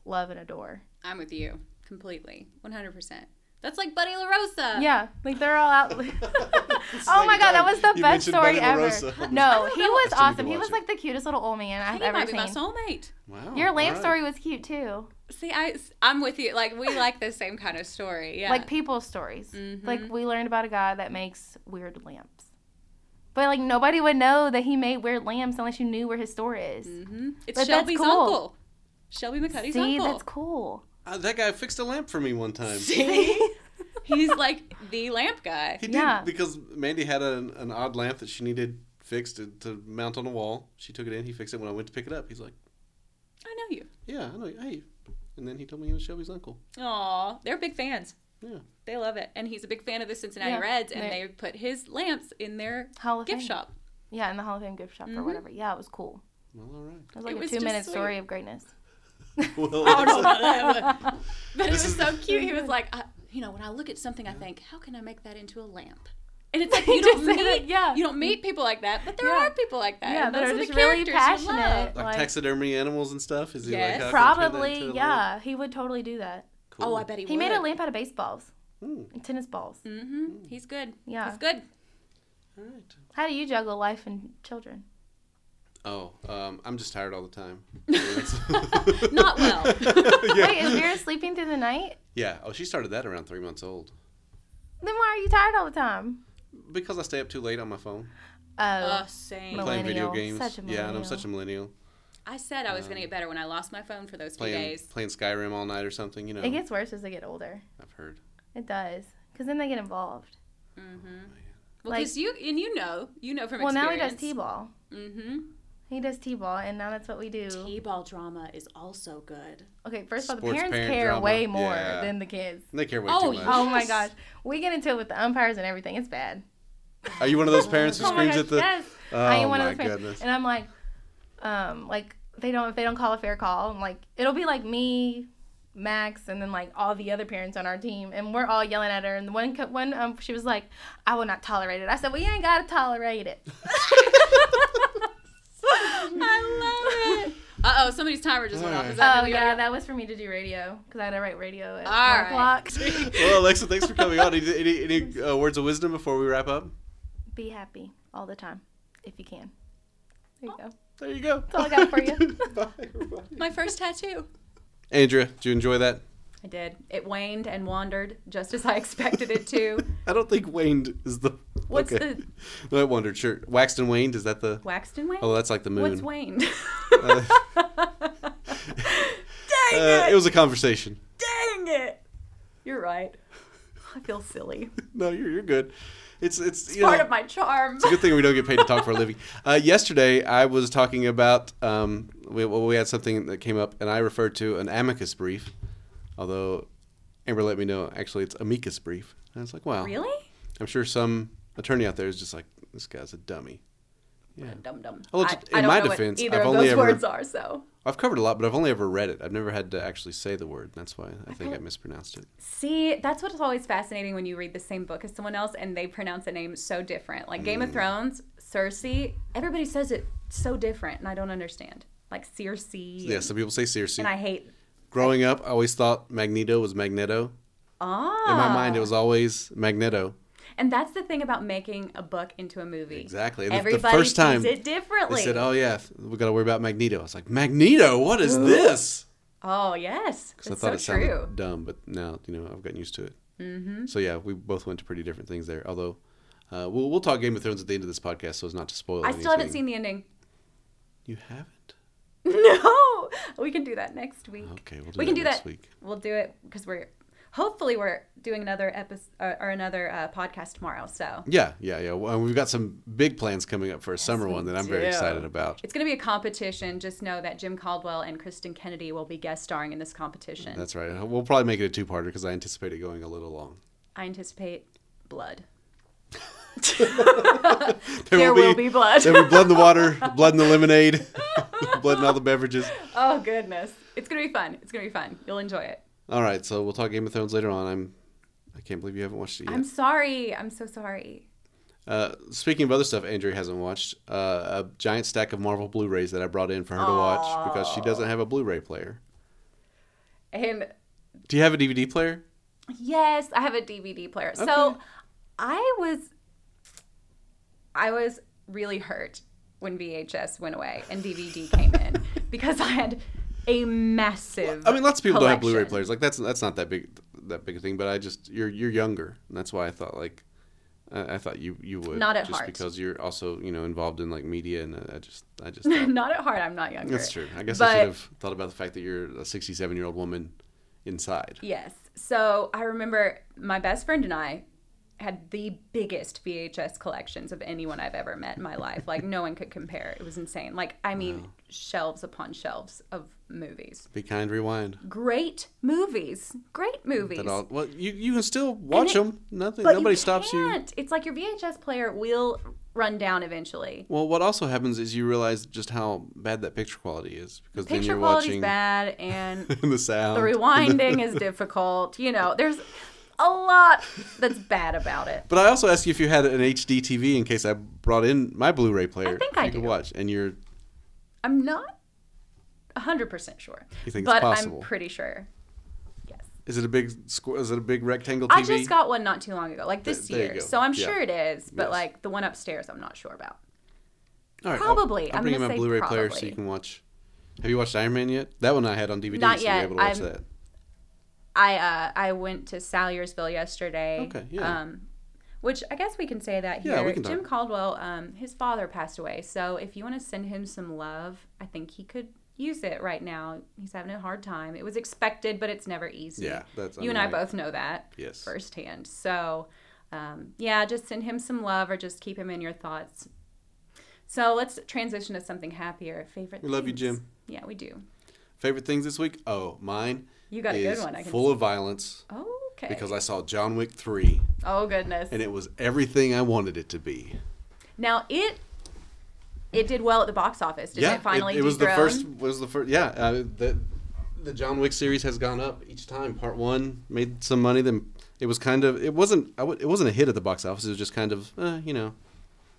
love and adore.
I'm with you completely, 100. percent That's like Buddy LaRosa.
yeah, like they're all out.
It's
oh my
like,
god, that
God,
was the
you
best
mentioned
story
Buddy
ever.
LaRosa.
No, he was
Still need to
awesome. He
watch
was
it.
like the cutest little old man
I
I've
think he
ever
might be my
seen.
soulmate.
Wow,
Your
alright.
lamp story was cute too.
See, I, I'm with you. Like we like the same kind of story. Yeah. Mm-hmm.
Like people stories. Like we learned about a guy that makes weird lamps. But like nobody would know that he made weird lamps unless you knew where his store is.
Mm-hmm. It's
But that's
Shelby's
cool.
uncle. Shelby McCuddy's
See,
uncle.
that's cool.
Uh, that guy fixed a lamp for me one time.
He's like the lamp guy.
He did
Yeah.
because Mandy had an, an odd lamp that she needed fixed to, to mount on a wall. She took it in. He fixed it when I went to pick it up. He's like,
I know you.
"Yeah, I know. you- Hey," and then he told me he was Shelby's uncle.
Aw, they're big fans.
Yeah,
They love it, and he's a big fan of the Cincinnati
Yeah,
Reds, and
they-
they put his lamps in their
Hall of
gift
Fame.
shop.
Yeah, in the Hall of Fame gift shop or whatever. Yeah, it was cool.
well, all right.
It was like
Mm-hmm. It was
a two minute
just sweet.
story of greatness. Oh,
Well,
But it was so cute. He was like, I, you know, when I look at something, I think, how can I make that into a lamp? And it's like you don't
just said
meet,
it, yeah.
you don't meet people like that, but there
Yeah.
are people like that.
Yeah,
and
that
those
are
the
just really
characters you love.
passionate.
like,
Like-
taxidermy animals and stuff. Is he
Yes.
like how can I turn that into
Probably,
a lamp?
yeah. He would totally do that.
Cool.
Oh, I bet he,
He made
would.
a lamp out of baseballs,
Hmm.
and tennis balls.
Mm-hmm. He's good.
Yeah.
He's good.
All right.
How do you juggle life and children?
Oh, um, I'm just tired all the time.
Not well. Uh,
yeah.
Wait, is Vera sleeping through the night?
yeah. Oh, she started that around three months old
Then why are you tired all the time?
because I stay up too late on my phone
Oh,
Uh, same.
Well-
playing video
Millennial.
games.
Such a
yeah, and I'm
millennial.
such a millennial.
I said I was going to get better when I lost my phone for those few
Playing
days.
playing Skyrim all night or something. You know,
it gets worse as they get older.
I've heard.
It does, because then they get involved.
Mm-hmm.
Oh,
Well,
like-
because you and you know, you know from
Well, now he
experience.
does t-ball.
Mm-hmm.
He does t-ball, and now that's what we do.
T-ball drama is also good.
okay, first of all, the
Sports
parents
parent
care
drama.
way more
Yeah.
than the kids.
They care way
Oh,
too much.
Oh my
Yes.
gosh, we get into it with the umpires and everything. It's bad.
Are you one of those parents who
Oh my
screams
gosh,
at the?
yes.
Oh
I am one
my
of those parents.
goodness.
And I'm like, um, like they don't if they don't call a fair call, I'm like it'll be like me, Max, and then like all the other parents on our team, and we're all yelling at her. And one co- one um, she was like, I will not tolerate it. I said, Well, you ain't gotta tolerate it.
I love it. Uh oh, somebody's timer just went off. Is that
Oh
really
yeah,
what it-
that was for me to do radio because I had to write radio at
All
one o'clock.
Well, Alexa, thanks for coming on. Any, any, any uh, words of wisdom before we wrap up?
Be happy all the time if you can. There you go.
There you go.
That's all I got for you.
Bye, everybody.
my first tattoo.
Andrea, did you enjoy that?
I did. It waned and wandered just as I expected it to.
I don't think waned is the.
What's
okay.
the-
No, I wondered. Sure, waxed and waned. Is that the?
Waxed and waned?
Oh, that's like the moon.
What's waned?
Uh, it was a conversation.
Dang it! You're right. I feel silly.
No, you're you're good. It's it's, you
Part
know,
of my charm.
It's a good thing we don't get paid to talk for a living. Uh, yesterday, I was talking about um, we, well, we had something that came up, and I referred to an amicus brief, although Amber let me know actually it's amicus brief. And I was like, wow.
Really?
I'm sure some attorney out there is just like, this guy's a dummy. Yeah.
Dum dum.
Well,
I,
it's-
I
in
don't
my
know
defense,
what either
I've
of
only
those
ever-
words are. So
I've covered a lot, but I've only ever read it. I've never had to actually say the word. That's why I think I mispronounced it.
see, that's what's always fascinating when you read the same book as someone else and they pronounce the name so different. Like
Mm.
Game of Thrones, Cersei. Everybody says it so different, and I don't understand. Like Cersei.
Yeah,
and-
some people say Circe.
And I hate.
Growing up, I always thought Magneto was Magneto.
Ah.
In my mind, it was always Magneto.
And that's the thing about making a book into a movie.
Exactly. And the- the
Everybody
first time
sees it differently.
They said, "Oh yeah, we got to worry about Magneto." I was like, "Magneto, what is this?"
oh yes,
Because I
it's
thought
so
it sounded
true.
dumb, but now you know I've gotten used to it. Mm-hmm. So yeah, we both went to pretty different things there. Although, uh, we'll we'll talk Game of Thrones at the end of this podcast, so as not to spoil.
I still haven't
anything.
seen the ending.
You haven't?
No, we can do that next week.
Okay, we'll do that
we can do
next
that.
week.
We'll do it because we're hopefully we're doing another episode uh, or another uh, podcast tomorrow. So
Yeah, yeah, yeah. Well, and we've got some big plans coming up for a summer one that I'm very
do.
excited about.
it's going to be a competition. Just know that Jim Caldwell and Kristen Kennedy will be guest starring in this competition.
That's right. Uh, We'll probably make it a two-parter because I anticipate it going a little long.
I anticipate blood.
There,
There will be blood.
There'll be blood in the water, blood in the lemonade, blood in all the beverages.
Oh goodness, it's going to be fun. It's going to be fun. You'll enjoy it.
All right, so we'll talk Game of Thrones later on. I'm, I can't believe you haven't watched it yet.
I'm sorry. I'm so sorry.
Uh, speaking of other stuff, Andrea hasn't watched uh, a giant stack of Marvel Blu-rays that I brought in for her to watch because she doesn't have a Blu-ray player.
And
Do you have a DVD player?
Yes, I have a DVD player.
Okay.
So I was I was really hurt when VHS went away and DVD came in because I had a massive
I mean, lots of people don't have Blu-ray
collection.
players. Like that's that's not that big that big a thing. But I just you're you're younger, and that's why I thought like I, I thought you you would
Not at
just
heart.
because you're also you know involved in like media, and uh, I just I just thought,
Not at heart, I'm not younger.
that's true. I guess I
But-
should have thought about the fact that you're a 67 year old woman inside.
Yes. So I remember my best friend and I had the biggest VHS collections of anyone I've ever met in my life. Like no one could compare. It was insane. Like I mean shelves upon shelves of movies.
Be kind, rewind.
Great movies. Great movies.
That all, well, you, you can still watch
it-
them. Nothing.
But
Nobody
you
stops you.
can't. It's like your VHS player will run down eventually.
Well, what also happens is you realize just how bad that picture quality is because then
Picture
you're
quality's
watching
bad, and the
the sound.
rewinding is difficult. You know, there's a lot that's bad about it.
But I also asked you if you had an HD TV in case I brought in my Blu-ray player.
think
you
I
could
do.
watch, and you're
I'm not 100% sure,
You think it's
but
possible?
I'm pretty sure.
is it a big squ- is it a big rectangle TV?
I just got one not too long ago, like this
there you
year,
go.
so I'm
Yeah.
sure it is. But
Yes.
like the one upstairs, I'm not sure about.
All right,
probably.
I'll, I'll
I'm
bring in
gonna
my
say
Blu-ray player so
probably.
you can watch. Have you watched Iron Man yet? That one I had on DVD,
Not
so
yet.
you're able to watch
I'm-
that.
I uh, I went to Salyersville yesterday.
Okay, yeah.
Um, which I guess we can say that here.
Yeah, we can
Jim
talk.
Caldwell, um, his father passed away, so if you want to send him some love, I think he could use it right now. He's having a hard time. It was expected, but it's never easy.
Yeah, that's- I
you and
mean,
I
I-
both know that.
Yes.
Firsthand. So, um, yeah, just send him some love, or just keep him in your thoughts. So let's transition to something happier. Favorite.
We love you,
things.
Jim.
Yeah, we do.
Favorite things this week? Oh, mine.
You got a good
is
one, I can
full of violence
Okay.
because I saw John Wick three,
oh goodness.
and it was everything I wanted it to be.
Now it it did well at the box office. Did it finally
it, was the
dethrone?
first. Was the first? Yeah, uh, the the John Wick series has gone up each time. Part one made some money. Then it was kind of. It wasn't. I w- it wasn't a hit at the box office. It was just kind of. Uh, you know,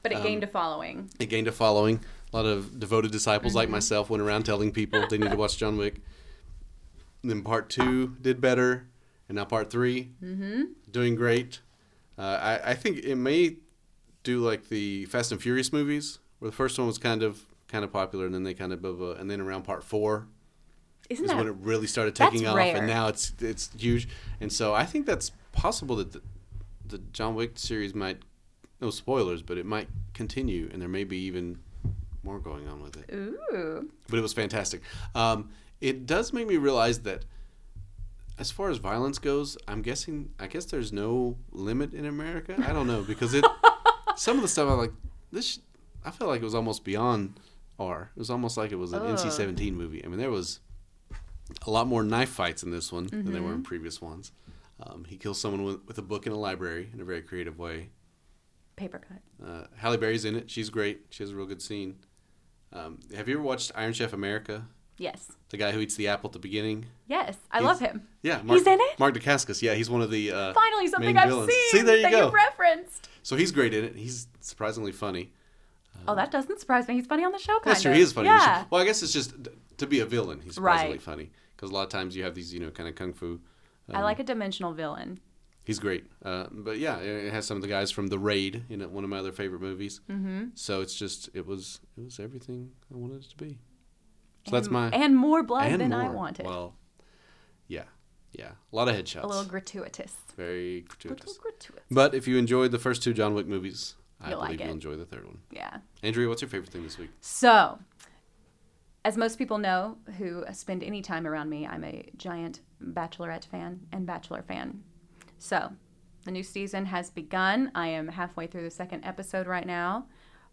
but it
um,
gained a following.
it gained a following. A lot of devoted disciples like myself went around telling people they need to watch John Wick. And then part two did better, and now part 3 mm-hmm. doing great. Uh, I, I think it may do like the Fast and Furious movies, where the first one was kind of kind of popular, and then they kind of blah, blah, and then around part four
Isn't
is
that
when it really started taking
that's
off,
rare.
and now it's it's huge. And so I think that's possible that the, the John Wick series might no spoilers, but it might continue, and there may be even more going on with it.
ooh?
But it was fantastic. Um, it does make me realize that as far as violence goes, I'm guessing I guess there's no limit in America. I don't know because it some of the stuff I like this. sh- I felt like it was almost beyond R. It was almost like it was an NC-17 movie. I mean, there was a lot more knife fights in this one than there were in previous ones. Um, he kills someone with, with a book in a library in a very creative way.
Paper cut.
Uh, Halle Berry's in it. She's great. She has a real good scene. Um, have you ever watched Iron Chef America?
Yes.
The guy who eats the apple at the beginning.
Yes. I
He's-
love him.
Yeah, Mark,
in it?
Mark Dacascos. Yeah, he's one of the uh,
Finally, something
main
I've
villains. See,
seen
there you
that
go.
you've referenced.
so he's great in it. He's surprisingly funny.
oh, that doesn't surprise me. He's funny on the show, kind
That's true.
of.
He is funny. He's-
Yeah.
Well, I guess it's just d- to be a villain. He's surprisingly
Right.
funny because a lot of times you have these, you know, kind of kung fu.
I
um,
like a dimensional villain.
He's great. Uh, but yeah, it it has some of the guys from The Raid, you know, one of my other favorite movies. Mm-hmm. So it's just it was it was everything I wanted it to be. So that's my
And more blood
and
than I
more.
wanted.
Well, yeah, yeah, a lot of headshots.
a little gratuitous.
Very
A little
gratuitous.
gratuitous.
But if you enjoyed the first two John Wick movies, I
You'll
believe
like
you'll
it.
enjoy the third one.
Yeah.
Andrea, what's your favorite thing this week?
So, as most people know who spend any time around me, I'm a giant Bachelorette fan and Bachelor fan. So, the new season has begun. I am halfway through the second episode right now.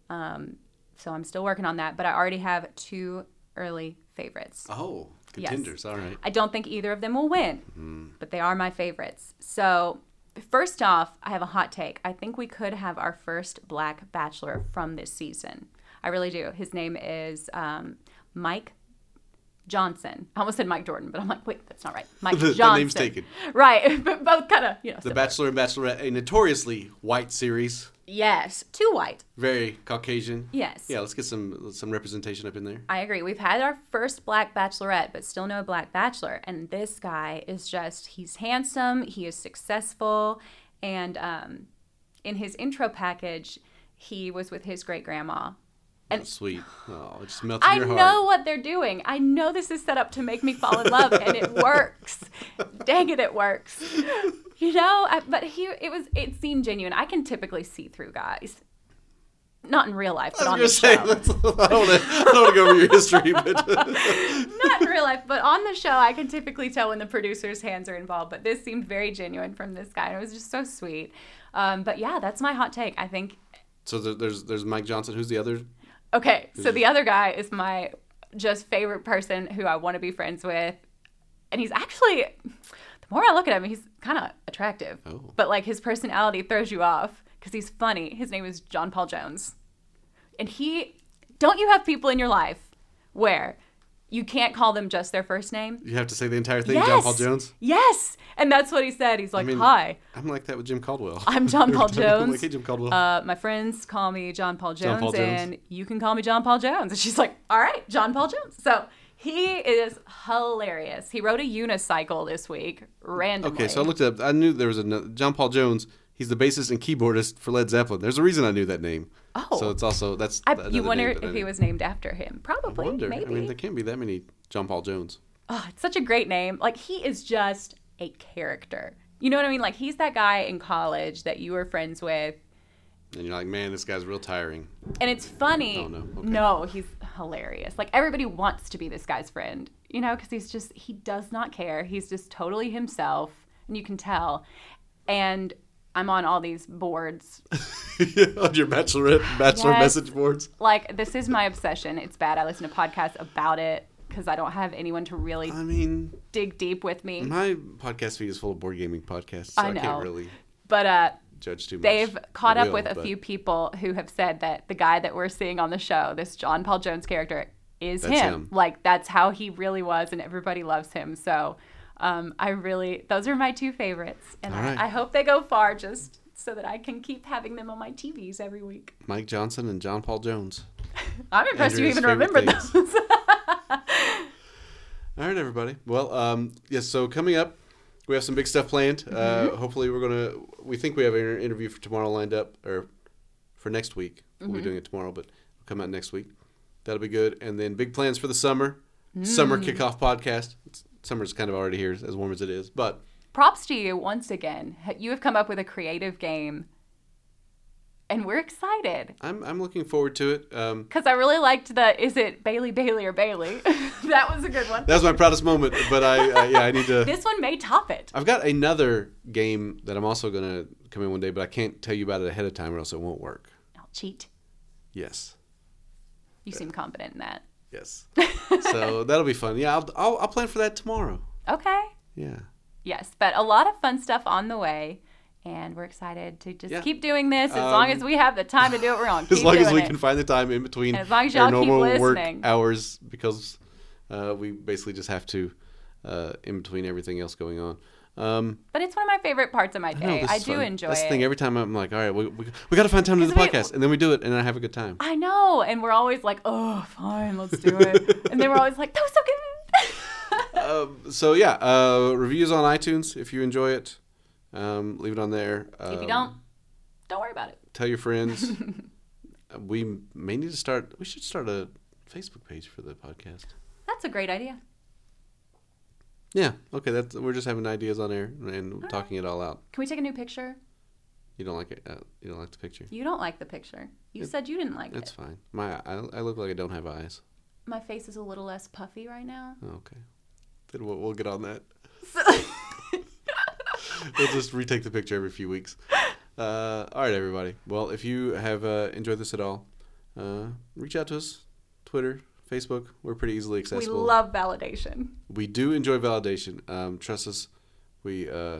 Um, so, I'm still working on that, but I already have two early favorites.
Oh,
Yes.
contenders. All right.
I don't think either of them will win,
Hmm.
but they are my favorites. So, first off, I have a hot take. I think we could have our first black bachelor from this season. I really do. His name is um, Mike Johnson. I almost said Mike Jordan, but I'm like, wait, that's not right. Mike
The- the
Johnson.
name's taken.
Right, but both kind of, you know.
The
similar.
Bachelor and Bachelorette, a notoriously white series,
yes, too white.
very Caucasian.
Yes.
Yeah, let's get some some representation up in there.
I agree. We've had our first black bachelorette, but still no black bachelor. And this guy is just, he's handsome, he is successful. And um, in his intro package, he was with his great grandma. And
Sweet. Oh, it just melted
I
your heart.
know what they're doing. I know this is set up to make me fall in love, and it works. Dang it, it works. You know, I, but he, it was, it seemed genuine. I can typically see through guys. Not in real life, but
I
on the
was gonna say
show.
that's, I don't want to go over your history, but
not in real life, but on the show, I can typically tell when the producer's hands are involved. But this seemed very genuine from this guy, and it was just so sweet. Um, but yeah, that's my hot take. I think.
so there- there's there's Mike Johnson. Who's the other?
Okay, so the other guy is my just favorite person who I want to be friends with, and he's actually. The more I look at him, he's kind of attractive,
Oh.
but like his personality throws you off because he's funny. His name is John Paul Jones, and he. Don't you have people in your life where you can't call them just their first name?
You have to say the entire thing. John Paul Jones.
Yes, and that's what he said. He's like,
mean-
"Hi,
I'm like that with Jim Caldwell.
I'm John Paul
I'm
Jones.
like, hey, Jim Caldwell.
uh, my friends call me John Paul Jones,
John Paul Jones.
and you can call me John Paul Jones." And she's like, "All right, John Paul Jones." So he is hilarious. He rode a unicycle this week randomly.
okay, so I looked it up. I knew there was another John Paul Jones. He's the bassist and keyboardist for Led Zeppelin. There's a reason I knew that name.
Oh.
So it's also that's.
I,
another
you
name
wonder
that I
if he
knew.
was named after him?
I
Probably,
wonder.
maybe.
I mean, there can't be that many John Paul Jones.
Oh, it's such a great name. Like he is just a character. You know what I mean? Like he's that guy in college that you were friends with.
And you're like, man, this guy's real tiring.
And it's funny.
Oh, no. Okay.
No, he's hilarious. Like everybody wants to be this guy's friend, you know, because he's just he does not care. He's just totally himself, and you can tell. And I'm on all these boards.
On your bachelorette, bachelor
Yes.
message boards.
Like this is my obsession. It's bad. I listen to podcasts about it because I don't have anyone to really
I mean,
dig deep with me.
my podcast feed is full of board gaming podcasts. So
I
I,
know.
can't really
but uh,
judge too much.
they've caught
I
up
will,
with a
but-
few people who have said that the guy that we're seeing on the show, this John Paul Jones character, is
That's
him.
him.
Like that's how he really was, and everybody loves him. So um, I really, those are my two favorites, and
All right.
I, I hope they go far, just so that I can keep having them on my TVs every week.
Mike Johnson and John Paul Jones.
I'm impressed you
Andrea's
even
favorite
remember
things.
those.
All right, everybody. Well, um, yes. So coming up, we have some big stuff planned. Uh, hopefully, we're gonna. We think we have an interview for tomorrow lined up, or for next week. We'll be doing it tomorrow, but it'll come out next week. That'll be good. And then big plans for the summer. Summer kickoff podcast. It's, summer's kind of already here, as warm as it is. But
Props to you once again. You have come up with a creative game, and we're excited.
I'm I'm looking forward to it. Um,
Because I really liked the is it Bailey Bailey or Bailey? that was a good one.
that was my proudest moment, but I, I yeah I need to.
This one may top it.
I've got another game that I'm also gonna come in one day, but I can't tell you about it ahead of time, or else it won't work.
I'll cheat.
Yes.
You seem confident in that.
Yes. so that'll be fun. Yeah, I'll, I'll, I'll plan for that tomorrow.
Okay.
Yeah.
Yes, but a lot of fun stuff on the way. And we're excited to just
Yeah. Um,
keep doing this as long as we have the time to do it. We're on.
as
keep
long as
doing
we
it.
can find the time in between
And as long as
our
y'all keep
normal work
listening.
hours because uh, we basically just have to uh, in between everything else going on. Um,
But it's one of my favorite parts of my
no,
day.
this
I
is
do
fun.
enjoy
That's
it.
the thing. Every time I'm like, all right, we, we, we got to find time to do the
'Cause we-
podcast. And then we do it and I have a good time.
I know, and we're always like, "Oh, fine, let's do it," and they were always like, "That was so good."
So, yeah, uh, reviews on iTunes if you enjoy it. Um, leave it on there. Um,
if you don't, don't worry about it.
tell your friends. Uh, we may need to start, we should start a Facebook page for the podcast.
That's a great idea.
Yeah. Okay. That's we're just having ideas on air and talking it all out.
Can we take a new picture?
You don't like it. Uh, you don't like the picture.
You don't like the picture. You said you didn't like
That's
it.
fine. My I, I look like I don't have eyes.
My face is a little less puffy right now.
Oh, okay. Then we'll, we'll get on that. we'll just retake the picture every few weeks. Uh, all right, everybody. Well, if you have uh, enjoyed this at all, uh, reach out to us. Twitter, Facebook. We're pretty easily
we
accessible.
love validation.
we do enjoy validation. Um, trust us, we uh,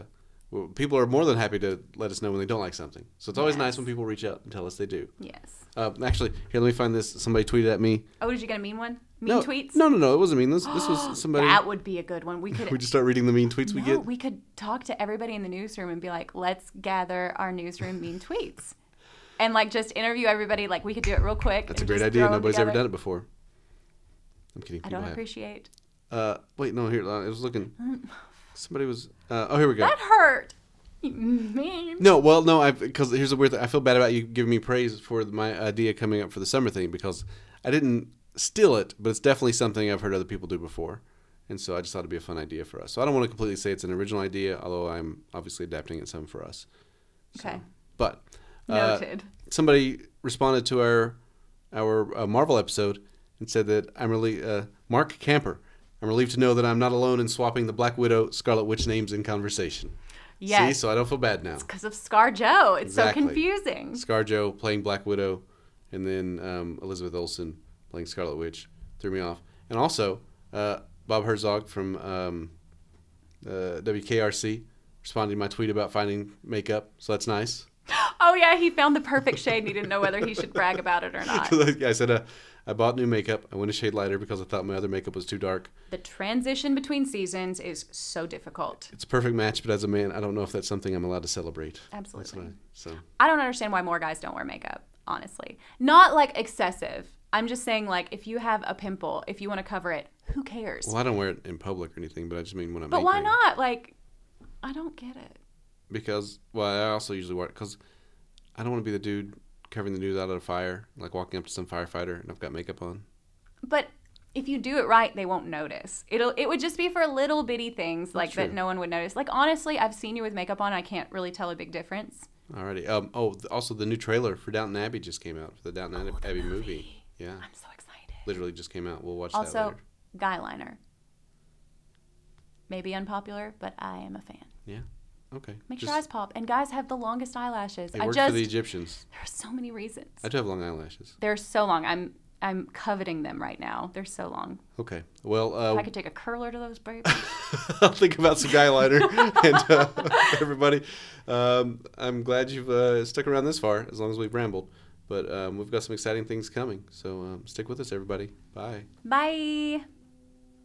well, people are more than happy to let us know when they don't like something. So it's always nice when people reach out and tell us they do.
Yes.
Uh, actually, here let me find this. Somebody tweeted at me.
Oh, did you get a mean one? Mean
no,
tweets?
No, no, no. It wasn't mean. This, this was somebody.
That would be a good one. We could
we just start reading the mean tweets we
no,
get.
we could talk to everybody in the newsroom and be like, let's gather our newsroom mean tweets. And like just interview everybody. Like we could do it real quick.
That's a great idea. Nobody's ever done it before. I'm kidding.
I
people
don't
have.
appreciate. Um,
Uh, wait, no. Here, I was looking. Somebody was. Uh, oh, here we go.
That hurt. You Mean.
No, well, no, I because here's the weird thing. I feel bad about you giving me praise for my idea coming up for the summer thing because I didn't steal it, but it's definitely something I've heard other people do before, and so I just thought it'd be a fun idea for us. So I don't want to completely say it's an original idea, although I'm obviously adapting it some for us.
Okay.
But uh,
Noted.
somebody responded to our our uh, Marvel episode and said that I'm really uh, Mark Camper. I'm relieved to know that I'm not alone in swapping the Black Widow, Scarlet Witch names in conversation. See,
Yes.
so I don't feel bad now.
Because of Scar Joe. It's
Exactly.
so confusing.
ScarJo playing Black Widow, and then um, Elizabeth Olsen playing Scarlet Witch threw me off. And also, uh, Bob Herzog from um, uh, WKRC responded to my tweet about finding makeup, so that's nice.
Oh yeah, he found the perfect shade and he didn't know whether he should brag about it or not.
'Cause I I said, uh, I bought new makeup. I went a shade lighter because I thought my other makeup was too dark.
The transition between seasons is so difficult.
It's a perfect match, but as a man, I don't know if that's something I'm allowed to celebrate. That's
Absolutely.
what I, so
I don't understand why more guys don't wear makeup, honestly. Not like excessive. I'm just saying like if you have a pimple, if you want to cover it, who cares?
well, I don't wear it in public or anything, but I just mean when I'm.
but why
anchoring.
not? Like I don't get it.
because well, I also usually wear it because I don't want to be the dude covering the news out of a fire, like walking up to some firefighter and I've got makeup on.
But if you do it right, they won't notice. It'll it would just be for little bitty things like that no one would notice. Like honestly, I've seen you with makeup on, I can't really tell a big difference.
Alrighty. Um. Oh, th- also the new trailer for Downton Abbey just came out for the Downton
Oh,
Ab- Abbey movie. Yeah,
I'm so excited.
literally just came out. We'll watch that
Also,
later.
guy liner. Maybe unpopular, but I am a fan.
Yeah. Okay.
Make
just,
your eyes pop. And guys have the longest eyelashes.
It
I
worked
just
for the Egyptians.
there are so many reasons.
I do have long eyelashes.
They're so long. I'm I'm coveting them right now. They're so long.
Okay. Well,
If I
uh,
could take a curler to those babies.
I'll think about some guy liner and uh, everybody. Um, I'm glad you've uh, stuck around this far, as long as we've rambled. But um, we've got some exciting things coming, so um, stick with us, everybody. Bye.
Bye.